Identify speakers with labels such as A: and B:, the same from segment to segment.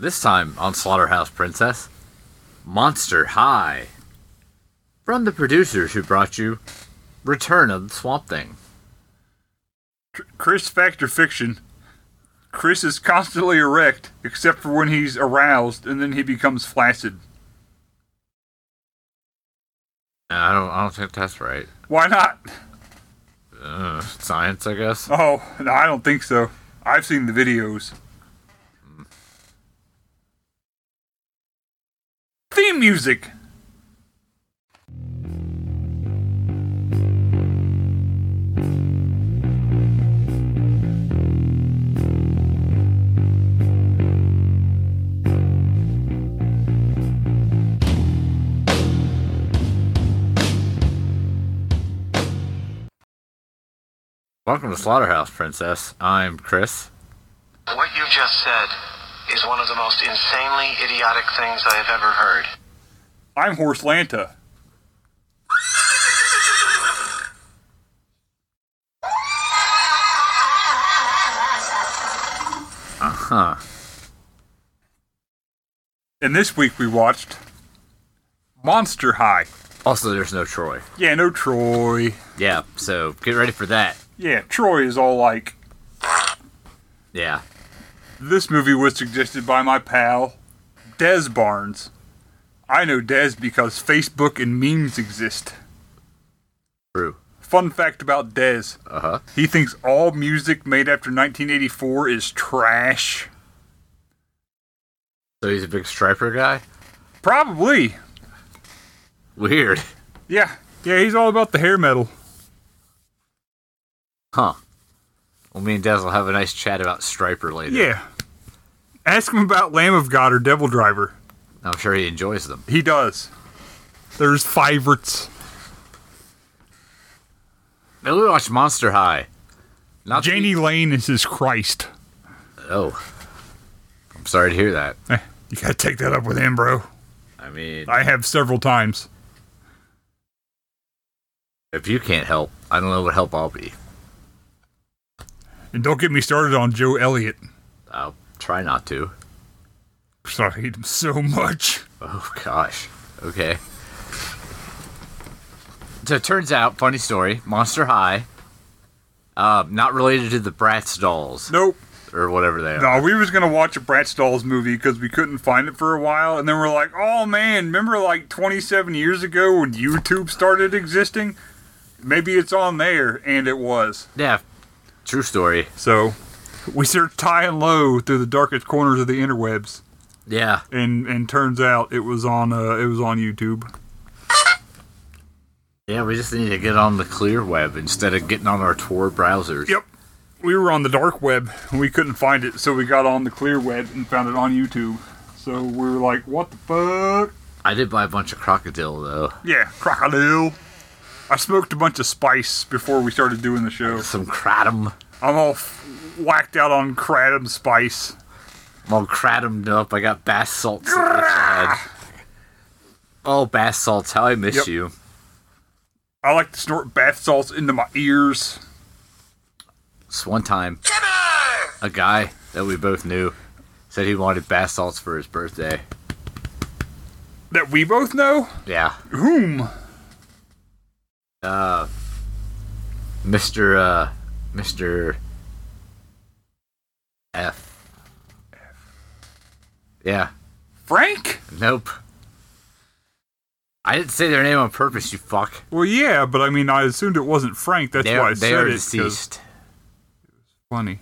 A: This time on Slaughterhouse Princess, Monster High. From the producers who brought you Return of the Swamp Thing.
B: Chris Fact or Fiction. Chris is constantly erect, except for when he's aroused, and then he becomes flaccid.
A: Uh, I don't. I don't think that's right.
B: Why not?
A: Uh, science, I guess.
B: Oh, no, I don't think so. I've seen the videos. Theme music!
A: Welcome to Slaughterhouse Princess. I'm Chris.
C: What you just said is one of the most insanely idiotic things I have ever heard.
B: I'm Horse Lanta.
A: Uh huh.
B: And this week we watched Monster High.
A: Also, there's no Troy.
B: Yeah, no Troy.
A: Yeah. So get ready for that.
B: Yeah, Troy is all like,
A: Yeah.
B: This movie was suggested by my pal, Des Barnes. I know Des because Facebook and memes exist.
A: True.
B: Fun fact about Des
A: Uh huh.
B: he thinks all music made after 1984 is trash.
A: So he's a big striper guy.
B: Probably.
A: Weird.
B: Yeah. Yeah, he's all about the hair metal.
A: Huh. Well, me and Des will have a nice chat about striper later.
B: Yeah. Ask him about Lamb of God or Devil Driver.
A: I'm sure he enjoys them.
B: He does. There's favorites.
A: Then we watched Monster High. Not the-
B: Janie Lane is his Christ.
A: Oh. I'm sorry to hear that.
B: Eh, You gotta take that up with him, bro.
A: I mean,
B: I have several times.
A: if you can't help, I don't know what help I'll be.
B: And don't get me started on Joe Elliott.
A: I'll try not to.
B: 'cause I hate him so much.
A: Oh gosh. Okay. So it turns out, funny story, Monster High, uh, not related to the Bratz dolls
B: Nope.
A: or whatever they are.
B: No, we was gonna watch a Bratz Dolls movie because we couldn't find it for a while, and then we're like, oh man, remember like 27 years ago when YouTube started existing? Maybe it's on there, and it was.
A: Yeah, true story.
B: So we searched high and low through the darkest corners of the interwebs,
A: Yeah,
B: and and turns out it was on uh it was on YouTube.
A: yeah. We just need to get on the clear web instead of getting on our Tor browsers.
B: Yep. We were on the dark web and we couldn't find it, so we got on the clear web and found it on YouTube. So we were like, what the fuck?
A: I did buy a bunch of crocodile though.
B: Yeah, crocodile. I smoked a bunch of spice before we started doing the show.
A: Some kratom.
B: I'm all f- whacked out on kratom spice.
A: I'm all kratomed up. I got bath salts. in the head. Oh, bath salts! How I miss
B: Yep.
A: you.
B: I like to snort bath salts into my ears.
A: This one time, a guy that we both knew said he wanted bath salts for his birthday.
B: That we both know?
A: Yeah,
B: Whom?
A: Mister, uh, Mister F. Yeah,
B: Frank?
A: nope. I didn't say their name on purpose. You fuck.
B: Well, yeah, but I mean, I assumed it wasn't Frank. That's why
A: They're,
B: I
A: they
B: said
A: are
B: it. 'cause-
A: deceased.
B: Funny.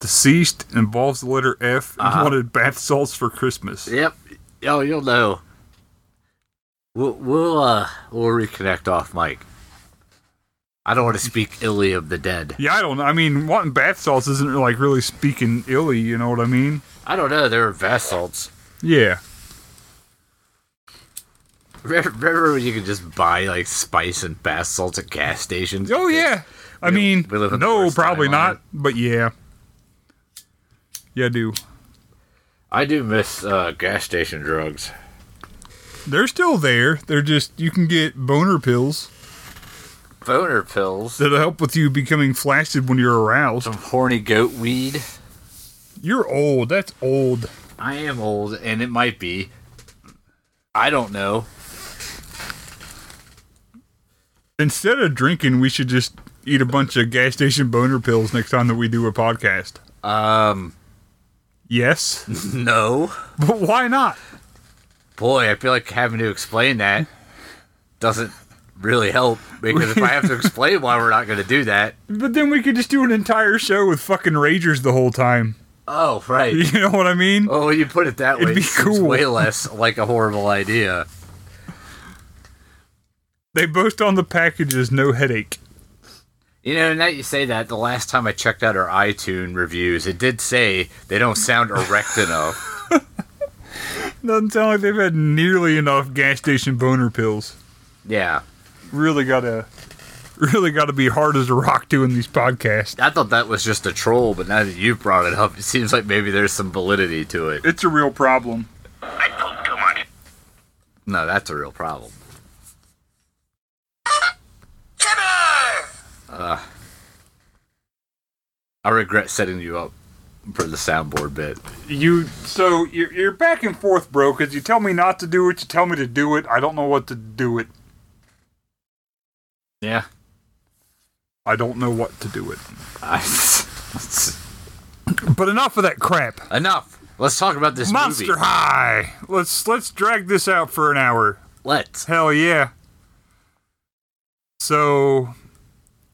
B: Deceased involves the letter F and
A: Uh-huh.
B: wanted bath salts for Christmas.
A: Yep. Oh, you'll know. We'll we'll uh we'll reconnect off mic. I don't want to speak illy of the dead.
B: Yeah, I don't know. I mean, wanting bath salts isn't like really speaking illy, you know what I mean?
A: I don't know. They're vassals.
B: Yeah.
A: Remember- Remember when you could just buy like spice and bath salts at gas stations?
B: Oh, yeah. I
A: We-
B: mean,
A: we live in the
B: no,
A: worst
B: probably
A: timeline.
B: not, but yeah. Yeah, I do.
A: I do miss uh, gas station drugs.
B: They're still there. They're just, you can get boner pills
A: Boner pills.
B: that'll help with you becoming flaccid when you're aroused.
A: Some horny goat weed.
B: You're old. That's old.
A: I am old, and it might be. I don't know.
B: Instead of drinking, we should just eat a bunch of gas station boner pills next time that we do a podcast.
A: Um,
B: Yes,
A: no.
B: but why not?
A: Boy, I feel like having to explain that doesn't really help because if I have to explain why we're not going to do that,
B: But then we could just do an entire show with fucking ragers the whole time.
A: oh right.
B: You know what I mean?
A: Oh, when you put it that
B: It'd
A: way,
B: be
A: it's
B: cool.
A: way less like a horrible idea.
B: They boast on the packages, no headache.
A: You know, now you say that, the last time I checked out our iTunes reviews, it did say they don't sound erect enough.
B: Doesn't sound like they've had nearly enough gas station boner pills.
A: Yeah.
B: Really gotta, really gotta be hard as a rock doing these podcasts.
A: I thought that was just a troll, but now that you brought it up, it seems like maybe there's some validity to it.
D: It's a real problem.
C: I poked him on it.
A: No, that's a real problem. Uh, I regret setting you up for the soundboard bit.
D: You so you're, you're back and forth, bro. Because you tell me not to do it, you tell me to do it. I don't know what to do it.
A: Yeah.
B: I don't know what to do it.
A: I-
B: But enough of that crap.
A: Enough. Let's talk about this
B: Monster
A: movie.
B: High. Let's let's drag this out for an hour.
A: Let's.
B: Hell yeah. So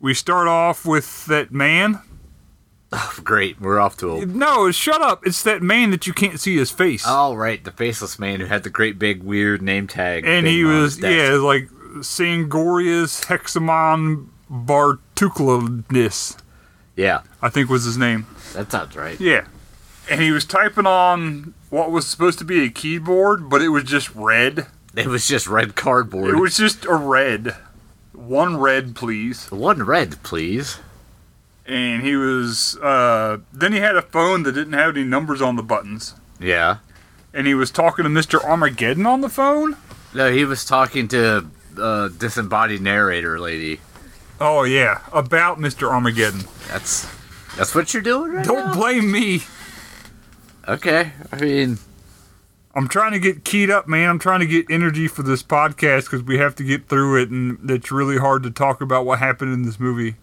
B: we start off with that man.
A: Oh, Great. We're off to a
B: No, shut up. It's that man that you can't see his face.
A: Oh right, the faceless man who had the great big weird name tag.
B: and
A: thing
B: he
A: on
B: was
A: his desk.
B: yeah, like Sangoria's Hexamon Bartuclanus,
A: yeah,
B: I think was his name.
A: that sounds right.
B: Yeah.
D: And he was typing on what was supposed to be a keyboard, but it was just red.
A: It was just red cardboard.
D: It was just a red. One red, please.
A: one red, please.
D: And he was. Uh, then he had a phone that didn't have any numbers on the buttons.
A: Yeah.
D: And he was talking to Mr. Armageddon on the phone?
A: No, he was talking to uh, disembodied narrator lady.
B: Oh yeah, about Mr. Armageddon.
A: That's that's what you're doing right
B: Don't
A: now.
B: blame me.
A: okay, I mean,
B: I'm trying to get keyed up, man. I'm trying to get energy for this podcast because we have to get through it, and it's really hard to talk about what happened in this movie.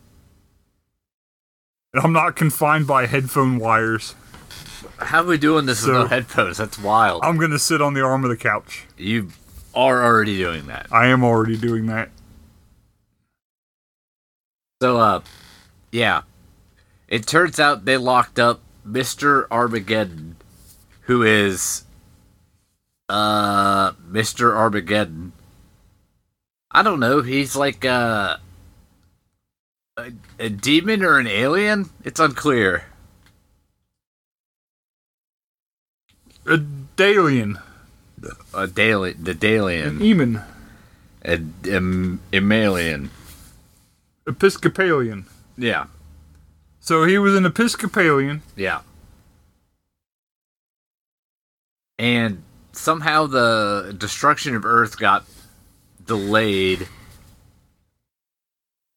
B: And I'm not confined by headphone wires.
A: how are we doing this with no
B: So-
A: headphones? That's wild.
B: I'm gonna sit on the arm of the couch.
A: you are already doing that.
B: I am already doing that.
A: So, uh, yeah. It turns out they locked up Mr. Armageddon, who is, uh, Mr. Armageddon. I don't know. He's like, uh, a, a demon or an alien? It's unclear.
B: A Dalian,
A: A daily, the Dalian,
B: Eamon,
A: a, um, Emalian.
B: Episcopalian.
A: Yeah,
B: So he was an Episcopalian.
A: yeah. And somehow the destruction of Earth got delayed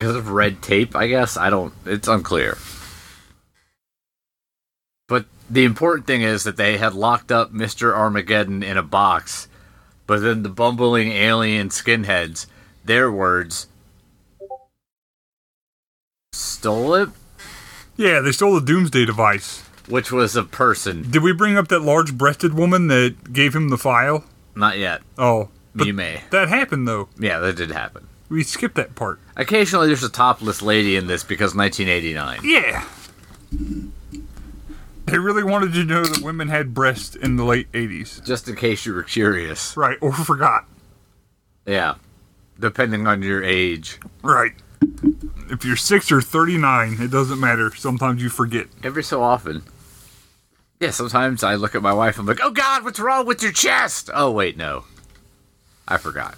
A: because of red tape, I guess. I don't, it's unclear. But the important thing is that they had locked up Mr. Armageddon in a box, but then the bumbling alien skinheads, their words, stole it,
B: Yeah, they stole the Doomsday device.
A: which was a person.
B: Did we bring up that large-breasted woman that gave him the file?
A: Not yet.
B: Oh, but
A: you may.
B: that happened though.
A: Yeah, that did happen.
B: We skipped that part.
A: Occasionally, there's a topless lady in this because 1989.
B: Yeah. They really wanted you to know that women had breasts in the late 80s.
A: Just in case you were curious.
B: Right, or forgot.
A: Yeah. Depending on your age.
B: Right. If you're 6 or 39, it doesn't matter. Sometimes you forget.
A: Every so often. Yeah, sometimes I look at my wife and I'm like, oh God, what's wrong with your chest? Oh, wait, no. I forgot.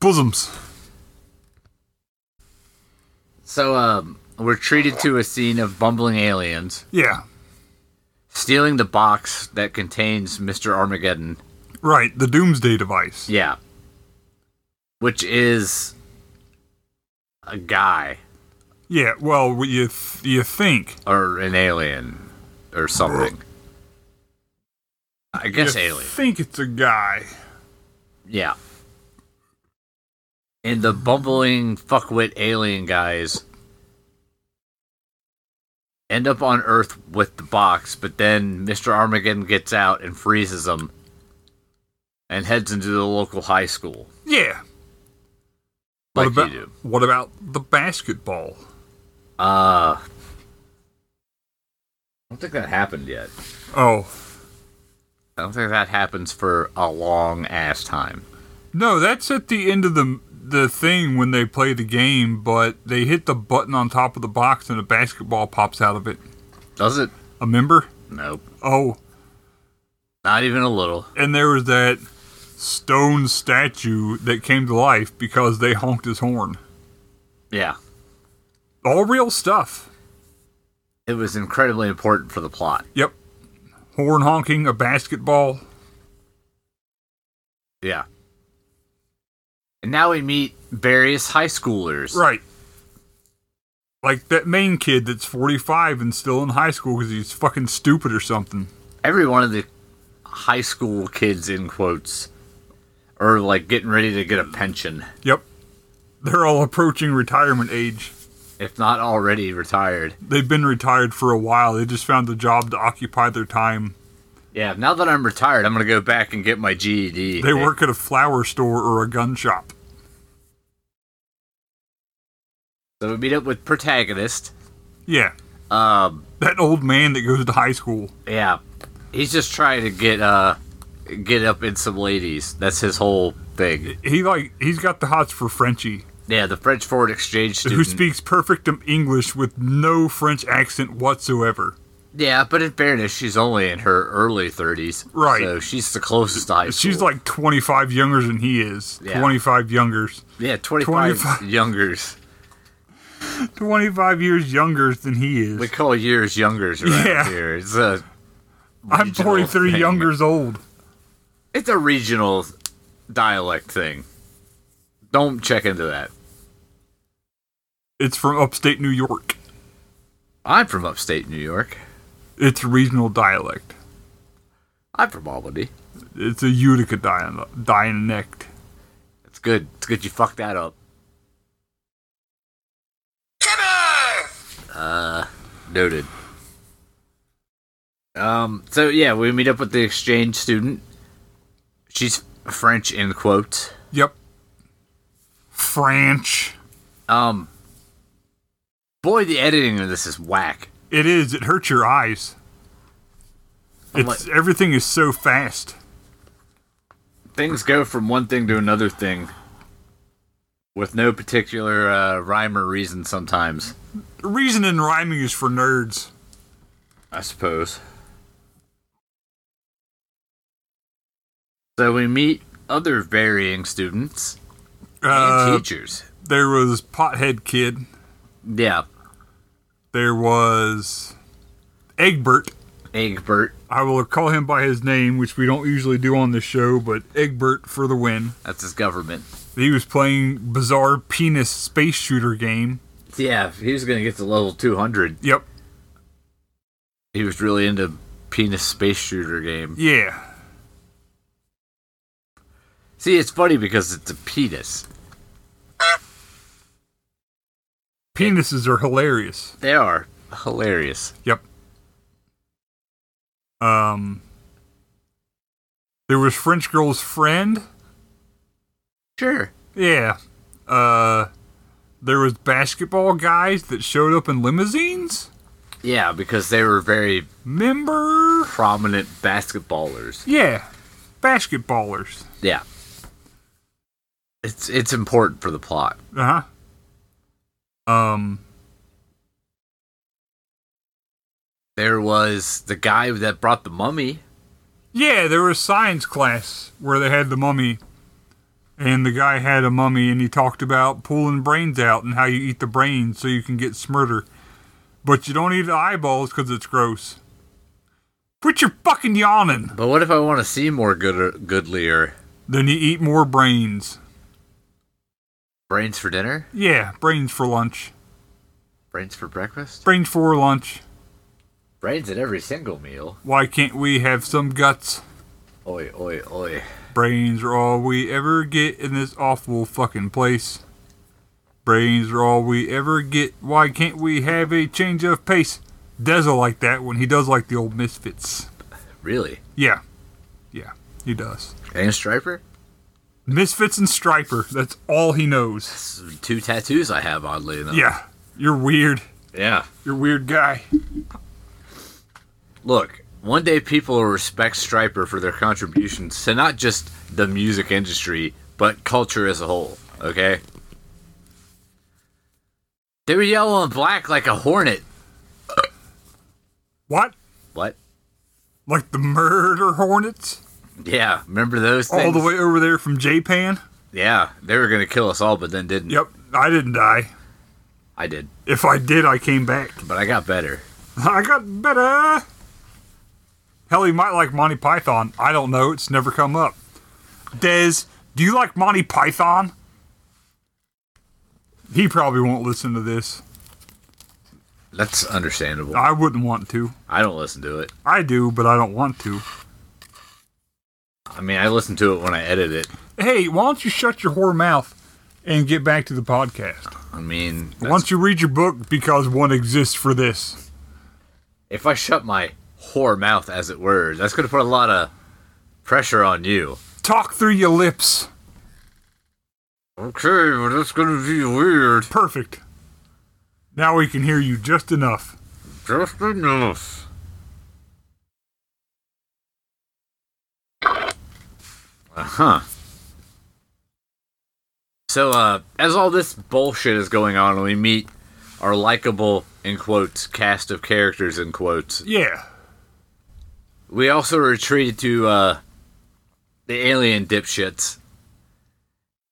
B: Bosoms.
A: So, um, we're treated to a scene of bumbling aliens
B: Yeah.
A: stealing the box that contains Mr. Armageddon.
B: Right, the doomsday device.
A: Yeah. Which is a guy
B: Yeah, well, you th- you think.
A: or an alien. or something. I guess alien.
B: think it's a guy.
A: Yeah. And the bumbling fuckwit alien guys end up on Earth with the box, but then Mr. Armageddon gets out and freezes them and heads into the local high school.
B: Yeah.
A: Like
B: what about
A: you do.
B: what about the basketball?
A: Uh I don't think that happened yet.
B: Oh
A: I don't think that happens for a long ass time.
B: no, that's at the end of the the thing when they play the game, but they hit the button on top of the box and a basketball pops out of it.
A: Does it?
B: A member?
A: Nope.
B: Oh,
A: Not even a little.
B: and there was that stone statue that came to life because they honked his horn.
A: Yeah.
B: All real stuff.
A: It was incredibly important for the plot.
B: Yep. Horn honking, a basketball.
A: Yeah. And now we meet various high schoolers.
B: Right. Like that main kid that's 45 and still in high school because he's fucking stupid or something.
A: Every one of the high school kids, in quotes, are like getting ready to get a pension,
B: Yep. They're all approaching retirement age.
A: if not already retired.
B: They've been retired for a while. They just found a job to occupy their time.
A: Yeah, now that I'm retired, I'm going to go back and get my E GED.
B: They work at a flower store or a gun shop.
A: So we meet up with protagonist.
B: Yeah.
A: Um,
B: That old man that goes to high school.
A: yeah, he's just trying to get uh get up in some ladies. That's his whole thing.
B: He like he's got the hots for Frenchie,
A: Yeah, the French Forward Exchange student.
B: who speaks perfect English with no French accent whatsoever.
A: Yeah, but in fairness, she's only in her early 30s.
B: Right.
A: So she's the closest to high
B: She's
A: school.
B: like 25 younger than he is.
A: Yeah.
B: 25 youngers.
A: Yeah, 25,
B: 25.
A: youngers.
B: 25 years younger than he is.
A: We call years youngers around
B: Yeah.
A: here. It's a
B: I'm
A: regional
B: 43
A: thing.
B: youngers old.
A: It's a regional dialect thing. Don't check into that.
B: It's from upstate New York.
A: I'm from upstate New York.
B: It's regional dialect.
A: I'm from Albany.
B: It's a Utica dia- dialect.
A: It's good. It's good you fucked that up. Uh, noted. Um, so yeah, we meet up with the exchange student. She's French in quotes.
B: Yep. French.
A: Um, boy, the editing of this is whack.
B: It is. It hurts your eyes.
A: I'm
B: It's everything is so fast.
A: Things go from one thing to another thing with no particular uh, rhyme or reason sometimes,
B: Reason and rhyming is for nerds.
A: I suppose. So we meet other varying students and
B: Uh,
A: teachers.
B: there was Pothead Kid.
A: Yeah,
B: There was Egbert.
A: Egbert.
B: I will call him by his name, which we don't usually do on this show, but Egbert for the win.
A: That's his government.
B: He was playing bizarre penis space shooter game.
A: Yeah, if he was gonna get to level 200.
B: Yep.
A: He was really into penis space shooter game.
B: Yeah.
A: See, it's funny because it's a penis.
B: Penises are hilarious.
A: They are hilarious.
B: Yep. Um There was French girl's friend.
A: Sure.
B: Yeah. Uh there was basketball guys that showed up in limousines.
A: Yeah, because they were very
B: Member.
A: prominent basketballers.
B: Yeah. Basketballers.
A: Yeah. It's it's important for the plot.
B: Uh huh. Um.
A: There was the guy that brought the mummy.
B: Yeah, there was science class where they had the mummy, and the guy had a mummy, and he talked about pulling brains out and how you eat the brains so you can get smurder, but you don't eat the eyeballs because it's gross. Quit your fucking yawning.
A: But what if I want to see more good goodlier
B: Then you eat more brains.
A: brains for dinner,
B: Yeah, brains for lunch.
A: brains for breakfast,
B: Brains for lunch.
A: Brains at every single meal.
B: Why can't we have some guts?
A: Oi, oi, oi.
B: Brains are all we ever get in this awful fucking place. Brains are all we ever get. Why can't we have a change of pace? Dezza like that when he does like the old misfits.
A: Really?
B: Yeah. Yeah, he does.
A: And Striper?
B: Misfits and Striper, that's all he knows.
A: This is Two tattoos I have, oddly enough.
B: Yeah. You're weird.
A: Yeah.
B: You're a weird guy.
A: Look, one day people will respect Striper for their contributions to not just the music industry, but culture as a whole, okay? They were yellow and black like a hornet.
B: What?
A: What?
B: Like the murder hornets?
A: Yeah, remember those things?
B: All the way over there from Japan?
A: Yeah, they were gonna kill us all, but then didn't.
B: Yep. I didn't die.
A: I did,
B: If I did, I came back.
A: but I got better.
B: I got better. Hell, he might like Monty Python. I don't know. It's never come up. Dez, do you like Monty Python? He probably won't listen to this.
A: That's understandable.
B: I wouldn't want to.
A: I don't listen to it.
B: I do, but I don't want to.
A: I mean, I listen to it when I edit it.
B: Hey, why don't you shut your whore mouth and get back to the podcast?
A: I mean,
B: Why don't you read your book because one exists for this?
A: if I shut my whore mouth, as it were, that's gonna put a lot of pressure on you.
B: Talk through your lips.
A: Okay, but that's gonna be weird.
B: Perfect. Now we can hear you just enough.
A: Just enough. Uh huh. So, uh, as all this bullshit is going on, we meet our likable, in quotes, cast of characters, in quotes.
B: Yeah.
A: We also retreated to, uh, the alien dipshits.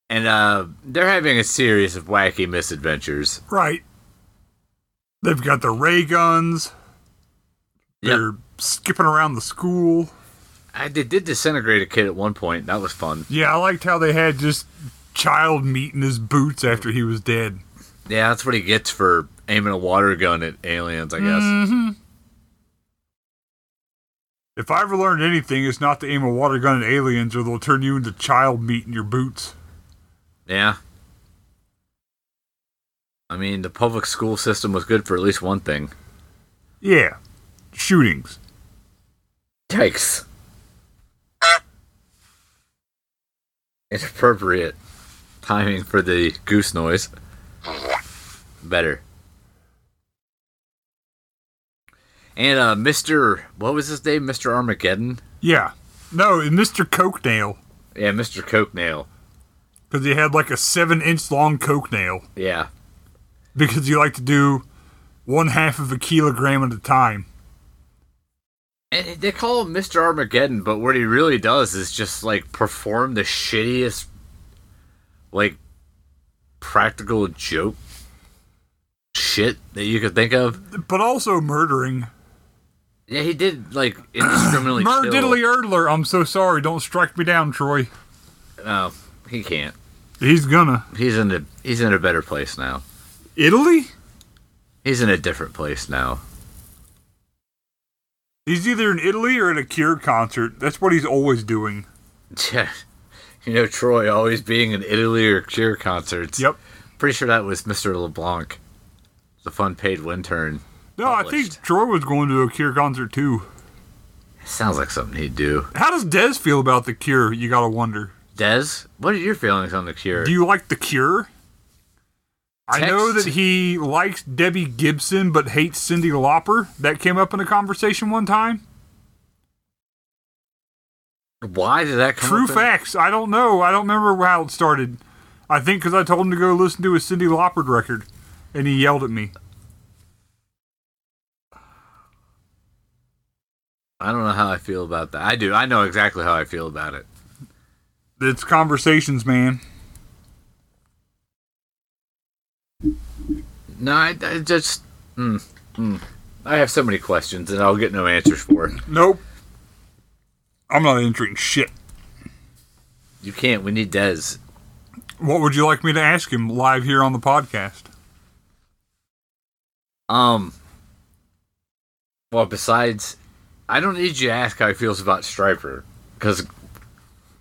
A: And, uh, they're having a series of wacky misadventures.
B: Right. They've got their ray guns. They're skipping around the school.
A: I, they did disintegrate a kid at one point. That was fun.
B: Yeah, I liked how they had just child meat in his boots after he was dead.
A: Yeah, that's what he gets for aiming a water gun at aliens, I guess.
B: Mm. If I ever learned anything, it's not to aim a water gun at aliens or they'll turn you into child meat in your boots.
A: Yeah. I mean, the public school system was good for at least one thing.
B: Yeah. Shootings.
A: Yikes. Inappropriate timing for the goose noise. Better. And uh, Mr. What was his name? Mr. Armageddon?
B: Yeah. No, and Mr. Coke nail,
A: Yeah, Mr. Coke Nail.
B: because he had like a seven inch long coke nail,
A: Yeah.
B: because he liked to do one half of a kilogram at a time.
A: And they call him Mr. Armageddon, but what he really does is just like perform the shittiest, like, practical joke shit that you could think of.
B: But also murdering.
A: Yeah, he did like indiscriminately.
B: Mer
A: kill-
B: diddly erdler, I'm so sorry. Don't strike me down, Troy.
A: No, he can't.
B: He's gonna.
A: He's in a he's in a better place now.
B: Italy?
A: He's in a different place now.
B: He's either in Italy or at a Cure concert. That's what he's always doing.
A: you know, Troy always being in Italy or Cure concerts.
B: Yep.
A: Pretty sure that was Mr. LeBlanc, the fun paid intern.
B: No, I think
A: Published.
B: Troy was going to a Cure concert too.
A: Sounds like something he'd do.
B: How does Des feel about the Cure? You gotta wonder.
A: Des, what are your feelings on the cure?
B: Do you like the Cure? I know
A: Text-
B: that he likes Debbie Gibson but hates Cindy Lauper. That came up in a conversation one time.
A: Why did that come
B: True
A: up in-
B: facts. I don't know. I don't remember how it started. I think because I told him to go listen to a Cindy Lauper record, and he yelled at me.
A: I don't know how I feel about that. I do. I know exactly how I feel about it.
B: It's conversations, man.
A: No, I, I just. Mm, mm. I have so many questions and I'll get no answers for it.
B: Nope. I'm not entering shit.
A: You can't. We need Des.
B: What would you like me to ask him live here on the podcast?
A: Um. Well, besides, I don't need you to ask how he feels about Striper because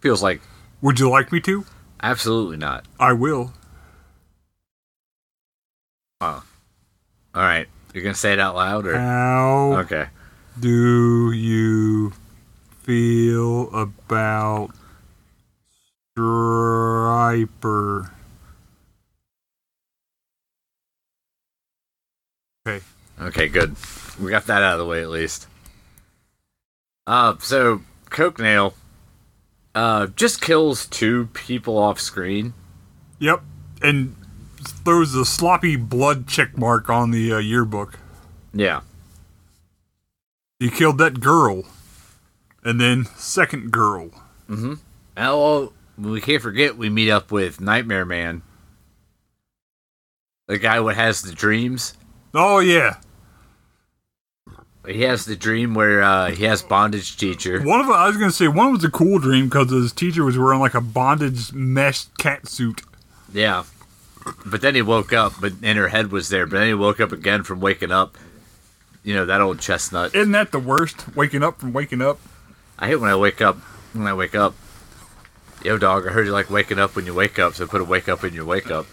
A: feels like
B: Would you like me to?
A: absolutely not.
B: I will.
A: All right, you're gonna say it out loud or
B: Uh, How
A: okay?
B: do you feel about Striper? Okay.
A: Okay, good. We got that out of the way at least. Uh, so Coke Nail uh, just kills two people off screen.
B: Yep. And throws a sloppy blood check mark on the uh, yearbook.
A: Yeah,
B: You killed that girl. And then second girl.
A: Oh, well, we can't forget we meet up with Nightmare Man, the guy who has the dreams.
B: Oh yeah.
A: He has the dream where uh, he has bondage teacher.
B: One of I was gonna say one was a cool dream because his teacher was wearing like a bondage mesh cat suit.
A: Yeah, but then he woke up, but and her head was there. But then he woke up again from waking up. You know that old chestnut.
B: Isn't that the worst? Waking up from waking up.
A: I hate when I wake up. When I wake up, yo dog, I heard you like waking up when you wake up. So put a wake up in your wake up.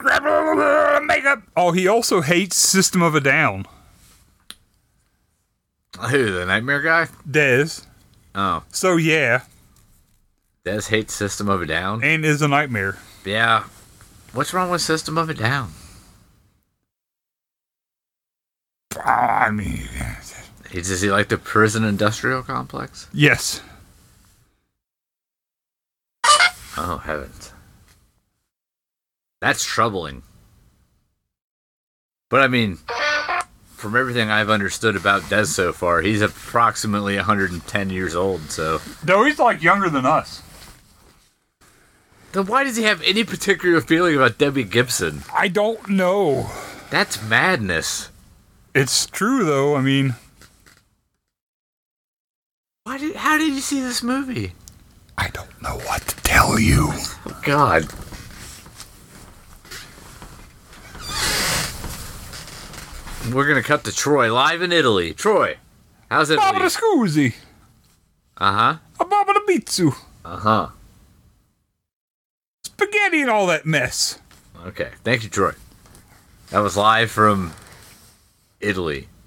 B: Makeup. Oh, he also hates System of a Down.
A: Who the nightmare guy?
B: Des.
A: Oh,
B: So yeah,
A: Des hates System of a Down.
B: and is a nightmare.
A: Yeah. What's wrong with System of a Down?
B: Ah, I mean,
A: He, does he like the prison industrial complex?
B: yes.
A: Oh heavens, that's troubling. But I mean, from everything I've understood about Des so far, he's approximately 110 years old. So
B: No, he's like younger than us.
A: then why does he have any particular feeling about Debbie Gibson?
B: I don't know.
A: That's madness.
B: It's true though. I mean,
A: Why did? How did you see this movie?
B: I don't know what to tell you.
A: Oh, God. We're gonna cut to Troy live in Italy. Troy, how's it? Uh-huh.
B: Baba
A: Uh
B: the Scoozy.
A: huh.
B: A Baba the Bitsu.
A: Uh huh.
B: Spaghetti and all that mess.
A: Okay. Thank you, Troy. That was live from Italy.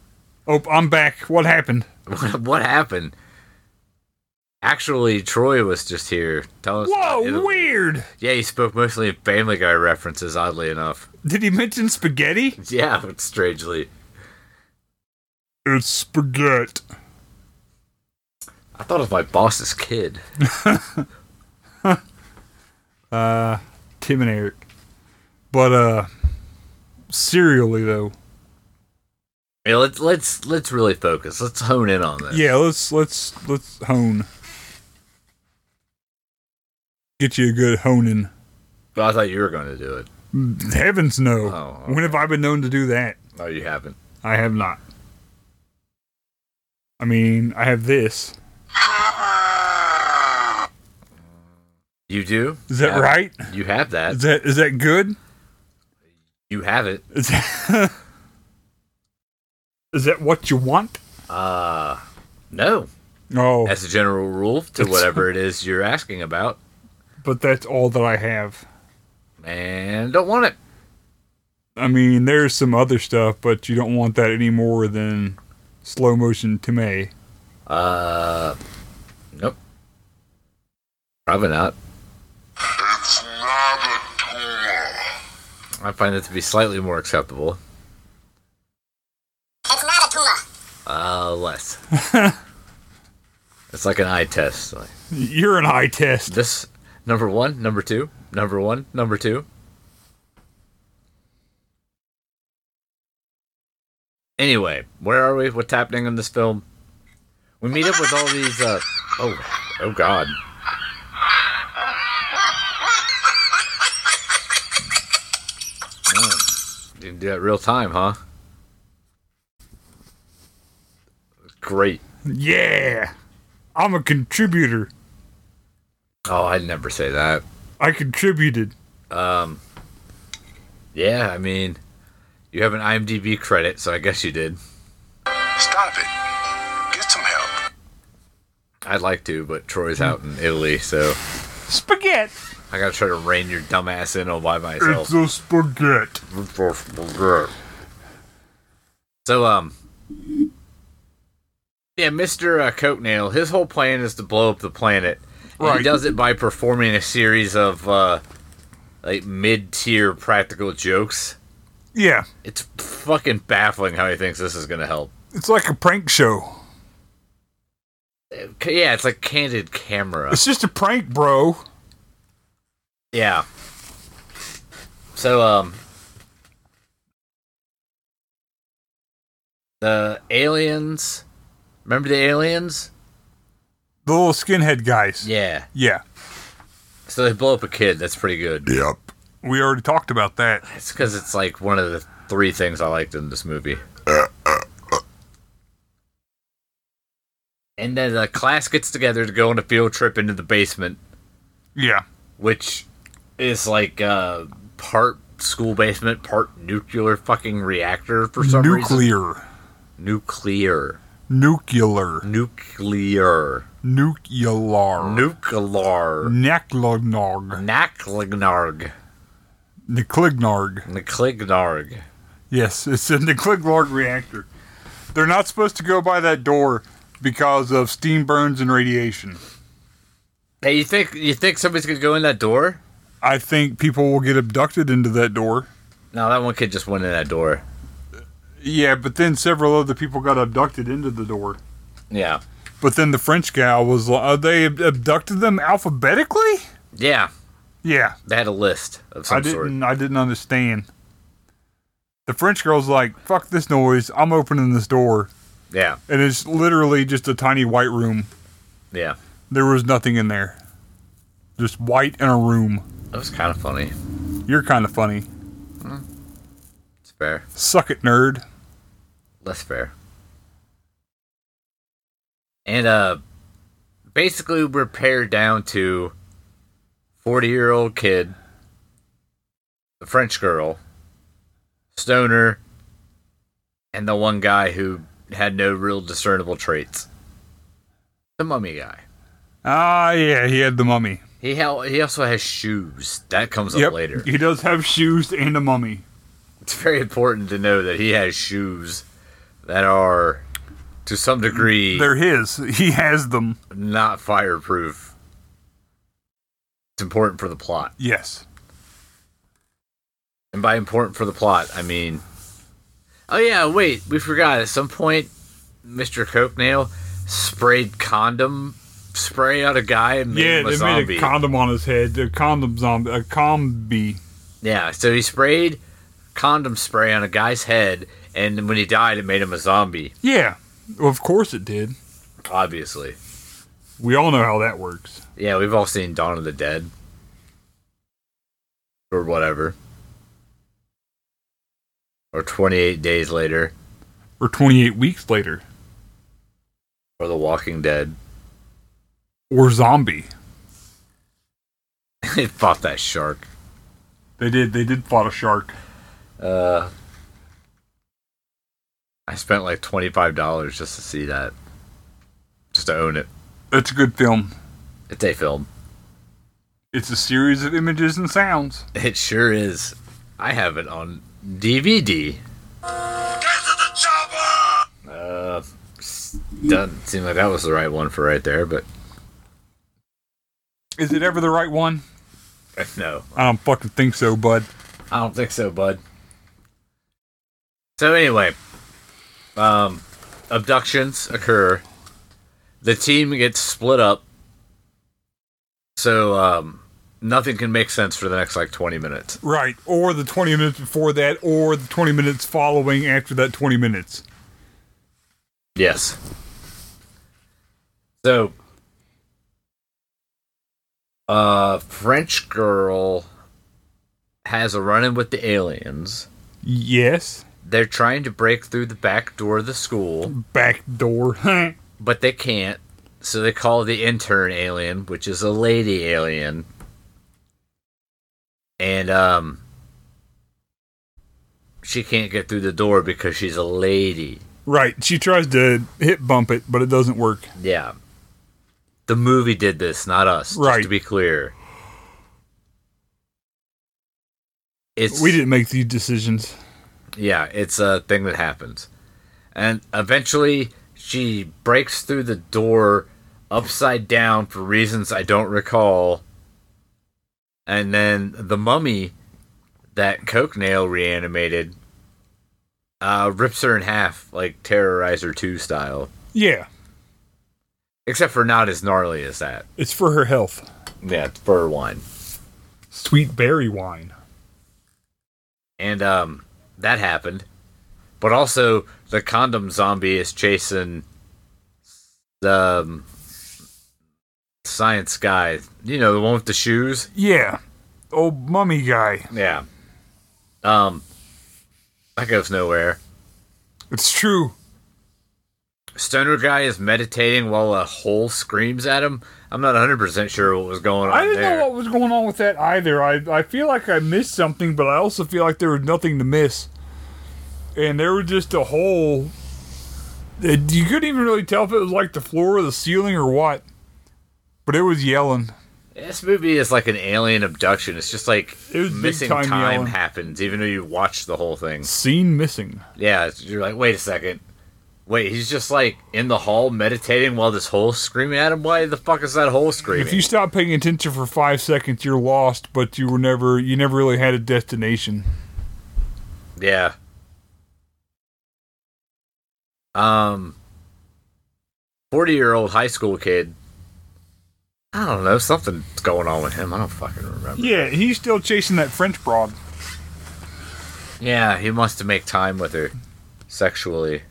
B: Oh, I'm back. What happened?
A: What, what happened? Actually, Troy was just here. Tell us. about
B: Whoa,
A: Italy.
B: weird.
A: Yeah, he spoke mostly in Family Guy references, oddly enough.
B: Did he mention spaghetti?
A: Yeah, but strangely.
B: It's spaghetti.
A: I thought of my boss's kid.
B: Uh, Tim and Eric. But uh, serially though,
A: Yeah, let's let's let's really focus. Let's hone in on this.
B: yeah. Let's let's let's hone. Get you a good honing.
A: But I thought you were going to do it.
B: Heavens no.
A: Oh, okay.
B: When have I been known to do that?
A: No, you haven't.
B: I have not. I mean, I have this.
A: You do?
B: Is that
A: Yeah.
B: right?
A: You have that.
B: Is that is that good?
A: You have it.
B: Is that, is that what you want?
A: Uh no.
B: Oh,
A: That's a general rule to whatever it is you're asking about.
B: but that's all that I have.
A: And don't want it.
B: I mean, there's some other stuff, but you don't want that any more than slow motion Tame.
A: Uh nope. Probably not.
C: It's not a tumor.
A: I find that to be slightly more acceptable.
E: It's not a tumor.
A: Uh less. it's like an eye test. Like,
B: You're an eye test.
A: this number one, number two, number one, number two. Anyway, where are we? What's happening in this film? We meet up with all these. Uh, oh, oh God! Oh, you can do that real time, huh? Great.
B: Yeah, I'm a contributor.
A: Oh, I'd never say that.
B: I contributed.
A: Yeah, I mean, you have an IMDb credit, so I guess you did.
C: Stop it.
A: I'd like to, but Troy's out in Italy, so
B: Spaghetti.
A: I gotta try to rein your dumbass in all by myself.
B: It's a spaghetti.
A: So, um, yeah, Mister uh, Coatnail, his whole plan is to blow up the planet. And He
B: Right.
A: does it by performing a series of uh, like mid-tier practical jokes.
B: Yeah,
A: It's fucking baffling how he thinks this is gonna help.
B: it's like a prank show.
A: Uh, c- Yeah, it's like candid camera.
B: It's just a prank, bro.
A: Yeah. So um the aliens remember the aliens?
B: The little skinhead guys.
A: Yeah.
B: Yeah.
A: So they blow up a kid. That's pretty good.
B: Yep. We already talked about that.
A: It's cuz it's like one of the three things I liked in this movie. And then the class gets together to go on a field trip into the basement,
B: Yeah.
A: which is like uh part school basement, part nuclear fucking reactor for some reason.
B: Nuclear.
A: Nuclear.
B: Nuclear.
A: Nuclear.
B: Nuclear.
A: Nuclear.
B: Naklignog.
A: Naklignarg.
B: Naklignog.
A: Naklignarg.
B: Yes, it's in the Kliglorg reactor. They're not supposed to go by that door because of steam burns and radiation.
A: Hey, you think you think somebody's gonna go in that door?
B: I think people will get abducted into that door.
A: No, that one kid just went in that door.
B: Yeah, but then several other people got abducted into the door.
A: Yeah.
B: But then the French gal was like, uh, they ab- abducted them alphabetically?
A: Yeah.
B: Yeah,
A: They had a list of some
B: I didn't
A: sort.
B: I didn't understand. The French girl's like, "Fuck this noise. I'm opening this door."
A: Yeah.
B: And it's literally just a tiny white room.
A: Yeah.
B: There was nothing in there. Just white in a room.
A: That was kind of funny.
B: You're kind of funny.
A: It's fair.
B: Suck it, nerd.
A: Less fair. And uh basically we're pared down to forty year old kid, the French girl, stoner, and the one guy who had no real discernible traits. The mummy guy.
B: Ah, yeah, he had the mummy.
A: He hel- he also has shoes. That comes up later.
B: He does have shoes and a mummy.
A: It's very important to know that he has shoes that are to some degree
B: They're his. He has them.
A: not fireproof. It's important for the plot.
B: Yes.
A: And by important for the plot, I mean. Oh, yeah, wait, we forgot. At some point, Mr. Cokenail sprayed condom spray on a guy and made
B: yeah,
A: him a
B: they made
A: zombie.
B: a condom on his head. A condom zombie. A combi.
A: yeah, so he sprayed condom spray on a guy's head, and when he died, it made him a zombie,
B: Yeah. Of course it did.
A: obviously.
B: We all know how that works.
A: Yeah, we've all seen Dawn of the Dead. Or whatever. Or 28 Days Later.
B: Or 28 weeks later.
A: Or The Walking Dead.
B: Or zombie.
A: they fought that shark.
B: They did. They did fought a shark.
A: Uh, I spent like $25 just to see that. Just to own it.
B: That's a good film.
A: It's a film.
B: It's a series of images and sounds.
A: It sure is. I have it on DVD. Uh, s- doesn't seem like that was the right one for right there, but
B: Is it ever the right one?
A: no.
B: I don't fucking think so, bud.
A: I don't think so, bud. So anyway, um, abductions occur. The team gets split up, so um, nothing can make sense for the next like twenty minutes.
B: Right. Or the 20 minutes before that, or the 20 minutes following after that 20 minutes.
A: Yes. So, uh, French girl has a run-in with the aliens.
B: Yes.
A: They're trying to break through the back door of the school.
B: Back door.
A: but they can't. So they call the intern alien, which is a lady alien. And um she can't get through the door because she's a lady.
B: right. She tries to hit bump it, but it doesn't work.
A: Yeah. The movie did this, not us. Just
B: Right.
A: to be clear. It's
B: We didn't make these decisions.
A: yeah, it's a thing that happens. And eventually she breaks through the door upside down for reasons I don't recall. And then the mummy that Coke Nail reanimated uh, rips her in half, like Terrorizer 2 style.
B: Yeah,
A: Except for not as gnarly as that.
B: it's for her health.
A: Yeah, it's for one.
B: Sweet berry wine.
A: And um, that happened. But also, the condom zombie is chasing the um, science guy. You know, the one with the shoes.
B: Yeah, old mummy guy.
A: Yeah. Um, that goes nowhere.
B: It's true.
A: Stoner guy is meditating while a hole screams at him. I'm not 100% sure what was going on
B: I didn't
A: there.
B: know what was going on with that either. I, I feel like I missed something, but I also feel like there was nothing to miss. And there was just a hole. that you couldn't even really tell if it was like the floor or the ceiling or what. But it was yelling.
A: This movie is like an alien abduction. It's just like
B: It was big
A: missing
B: time
A: time,
B: yelling.
A: happens, even though you watch the whole thing.
B: Scene missing.
A: Yeah, it's- you're like, wait a second. Wait, he's just like in the hall meditating while this hole screaming at him. Why the fuck is that hole screaming?
B: If you stop paying attention for five seconds, you're lost. But you were never, you never really had a destination.
A: Yeah. Um, forty-year-old high school kid. I don't know. Something's going on with him. I don't fucking remember.
B: Yeah, he's still chasing that French broad.
A: Yeah, he wants to make time with her sexually.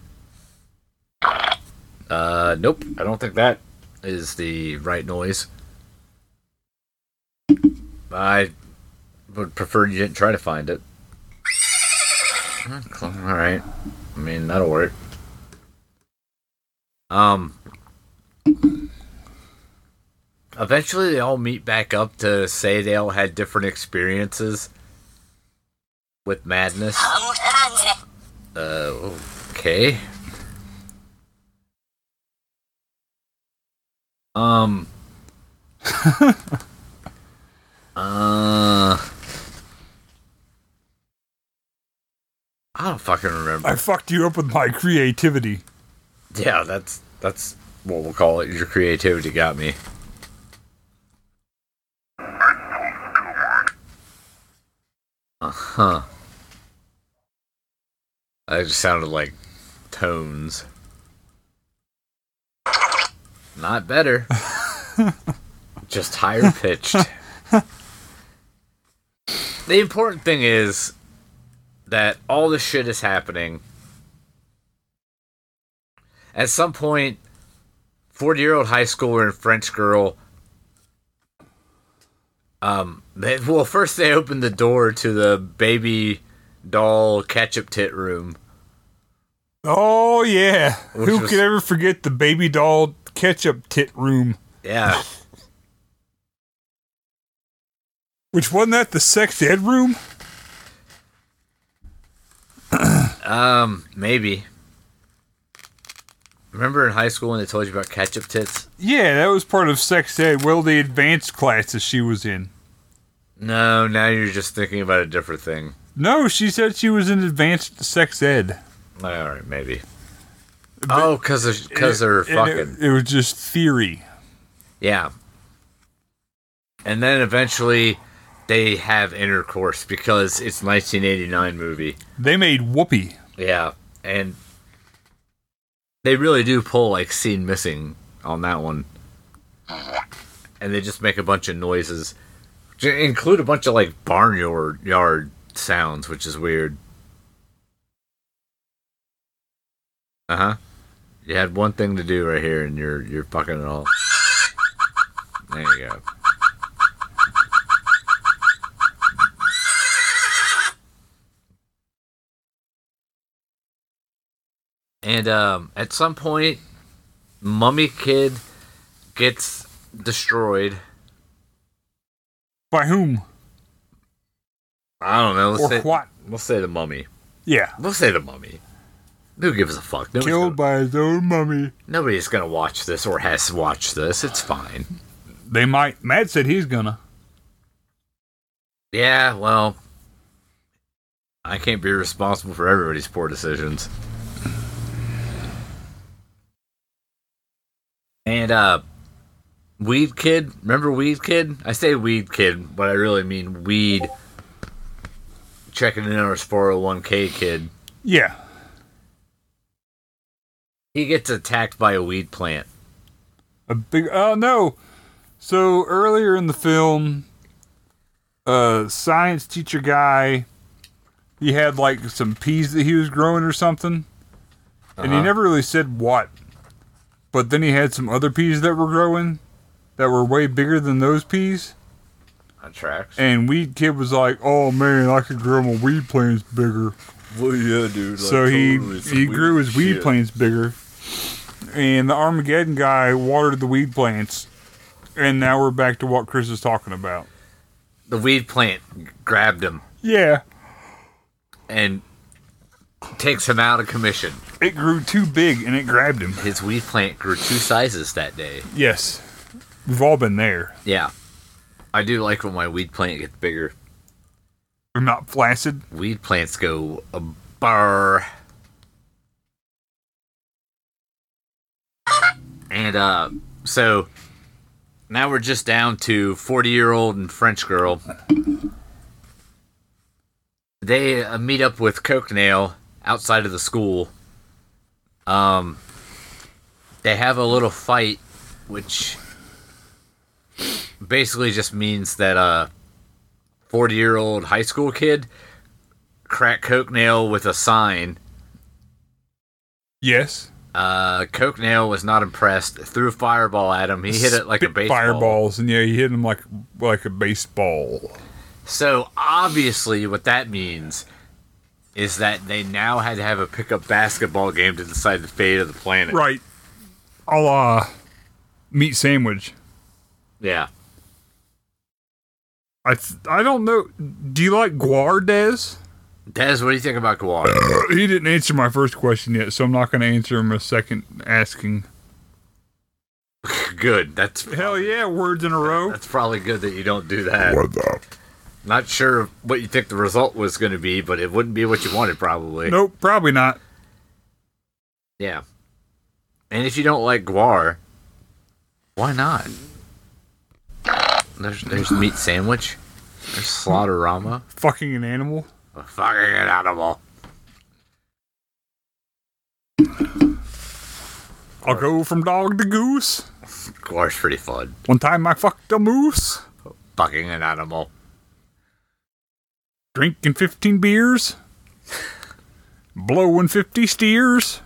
A: Uh, nope. I don't think that is the right noise. I would prefer you didn't try to find it. All right. I mean, that'll work. Um. Eventually, they all meet back up to say they all had different experiences with madness. Uh, okay. Um. uh. I don't fucking remember.
B: I fucked you up with my creativity.
A: Yeah, that's that's what we'll call it. Your creativity got me. Uh huh. That just sounded like tones. Not better. just higher pitched. the important thing is that all this shit is happening at some point, 40 year old high schooler and French girl. Um, they, well, first they opened the door to the baby doll ketchup tit room.
B: Oh yeah,
A: Which
B: who
A: was-
B: could ever forget the baby doll ketchup tit room?
A: Yeah.
B: Which wasn't that the sex ed room?
A: Um, maybe. Remember in high school when they told you about ketchup tits?
B: Yeah, that was part of sex ed. Well, the advanced classes she was in.
A: No, now you're just thinking about a different thing.
B: No, she said she was in advanced sex ed.
A: All right, maybe. Oh, because because they're
B: And
A: fucking.
B: it- it was just theory.
A: Yeah. And then eventually they have intercourse because it's 1989 movie.
B: They made whoopee.
A: Yeah. And they really do pull like scene missing on that one. And they just make a bunch of noises. J- Include a bunch of like barnyard yard sounds, which is weird. Uh huh. You had one thing to do right here, and you're you're fucking it all. There you go. And um, at some point, Mummy Kid gets destroyed.
B: By whom
A: I don't know. Let's
B: or
A: say,
B: what?
A: Let's say the mummy.
B: Yeah,
A: Let's say the mummy. Who gives a fuck? Nobody's
B: Killed
A: gonna,
B: by his own mummy.
A: nobody's gonna watch this or has watched this. It's fine.
B: They might. Matt said he's gonna.
A: Yeah, well, I can't be responsible for everybody's poor decisions. And uh Weed Kid, remember Weed Kid? I say Weed Kid, but I really mean Weed checking in on his 401k kid.
B: Yeah.
A: He gets attacked by a weed plant.
B: A big. Oh no. So earlier in the film, uh, science teacher guy, he had like some peas that he was growing or something, and he
A: Uh-huh.
B: never really said what. But then he had some other peas that were growing, that were way bigger than those peas.
A: On tracks.
B: And Weed Kid was like, "Oh man, I could grow my weed plants bigger."
E: Well, yeah, dude. like,
B: so he
E: totally some
B: he
E: weird
B: grew his weed
E: shit.
B: plants bigger, and the Armageddon guy watered the weed plants, and now we're back to what Chris is talking about.
A: The weed plant grabbed him
B: Yeah,
A: and takes him out of commission.
B: it grew too big and it grabbed him.
A: His weed plant grew two sizes that day.
B: Yes, we've all been there.
A: Yeah. I do like when my weed plant gets bigger.
B: We're not flaccid.
A: Weed plants go a bar. And uh so now we're just down to 40-year-old and French girl. They uh, meet up with Coke Nail outside of the school. Um they have a little fight which basically just means that uh 40 year old high school kid crack coke nail with a sign
B: Yes,
A: uh coke nail was not impressed threw a fireball at him he hit it like a
B: Spit
A: baseball
B: Fireballs, and yeah, he hit him like like a baseball.
A: so obviously what that means is that they now had to have a pickup basketball game to decide the fate of the planet
B: Right, a la uh, meat sandwich.
A: yeah
B: I th- I don't know. Do you like Guardes?
A: Des, what do you think about Guar?
B: He didn't answer my first question yet, so I'm not going to answer him a second asking.
A: good. That's
B: Hell yeah, words in a row.
A: that's probably good that you don't do that. Not sure what you think the result was going to be, but it wouldn't be what you wanted probably.
B: Nope, probably not.
A: Yeah. And if you don't like guar, why not? There's there's meat sandwich. There's slaughterama.
B: Fucking an animal.
A: A fucking animal.
B: I'll go from dog to goose.
A: Guar's pretty fun.
B: One time I fucked a moose,
A: Fucking an animal.
B: drinking 15 beers, blowing 50 steers.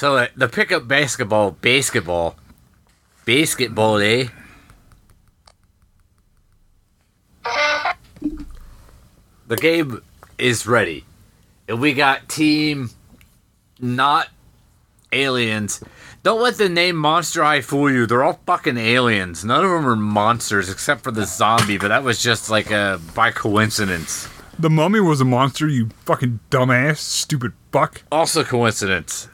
A: So uh, the pickup basketball, basketball, basketball, eh? The game is ready, and we got team not aliens. Don't let the name Monster High fool you. They're all fucking aliens. None of them are monsters except for the zombie, but that was just like a by coincidence.
B: The mummy was a monster, you fucking dumbass, stupid fuck.
A: Also coincidence.